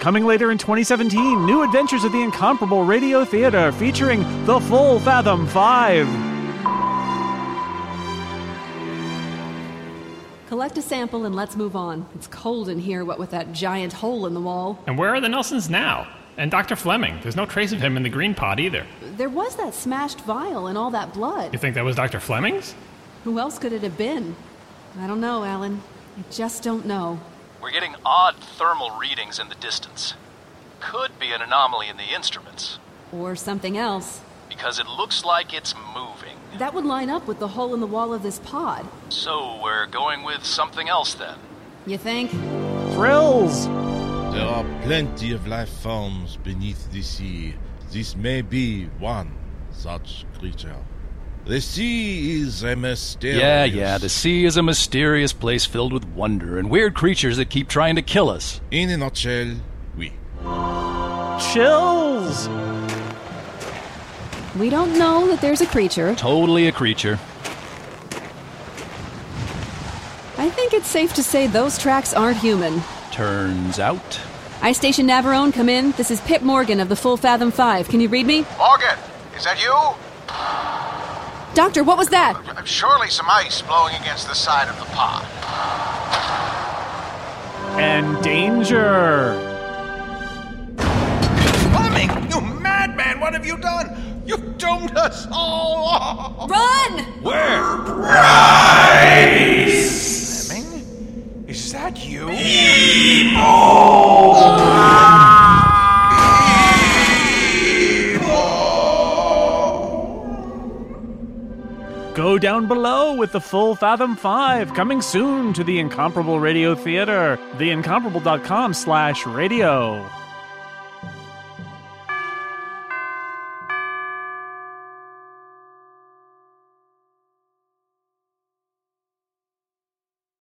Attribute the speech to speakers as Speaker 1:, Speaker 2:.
Speaker 1: Coming later in 2017, new adventures of the incomparable Radio Theater featuring the full Fathom 5.
Speaker 2: Collect a sample and let's move on. It's cold in here, what with that giant hole in the wall.
Speaker 3: And where are the Nelsons now? And Dr. Fleming. There's no trace of him in the green pod either.
Speaker 2: There was that smashed vial and all that
Speaker 3: You
Speaker 2: blood.
Speaker 3: think that was Dr. Fleming's?
Speaker 2: Who else could it have been? I don't know, Alan. I just don't know.
Speaker 4: We're getting odd thermal readings in the distance. Could be an anomaly in the instruments,
Speaker 2: Or something else.
Speaker 4: because it looks like it's moving.
Speaker 2: That would line up with the hole in the wall of this pod.
Speaker 4: So we're going with something else then.
Speaker 2: You think?
Speaker 1: Thrills!
Speaker 5: There are plenty of life forms beneath the sea. This may be one such creature. The sea is a mysterious.
Speaker 6: Yeah, yeah, the sea is a mysterious place filled with wonder and weird creatures that keep trying to kill us.
Speaker 5: In a nutshell, oui.
Speaker 1: Chills!
Speaker 7: We don't know that there's a creature.
Speaker 6: Totally a creature.
Speaker 7: I think it's safe to say those tracks aren't human.
Speaker 6: Turns out.
Speaker 7: I station Navarone, come in. This is Pip Morgan of the Full Fathom 5. Can you read me?
Speaker 8: Morgan, is that you?
Speaker 7: Doctor, what was that?
Speaker 8: Surely some ice blowing against the side of the pod.
Speaker 1: And danger!
Speaker 8: Fleming, you madman, what have you done? You've doomed us all!
Speaker 7: Run!
Speaker 8: Where? Fleming? Is that you?
Speaker 1: Go down below with the full Fathom 5 coming soon to the incomparable Radio Theater. Theincomparable.com slash radio.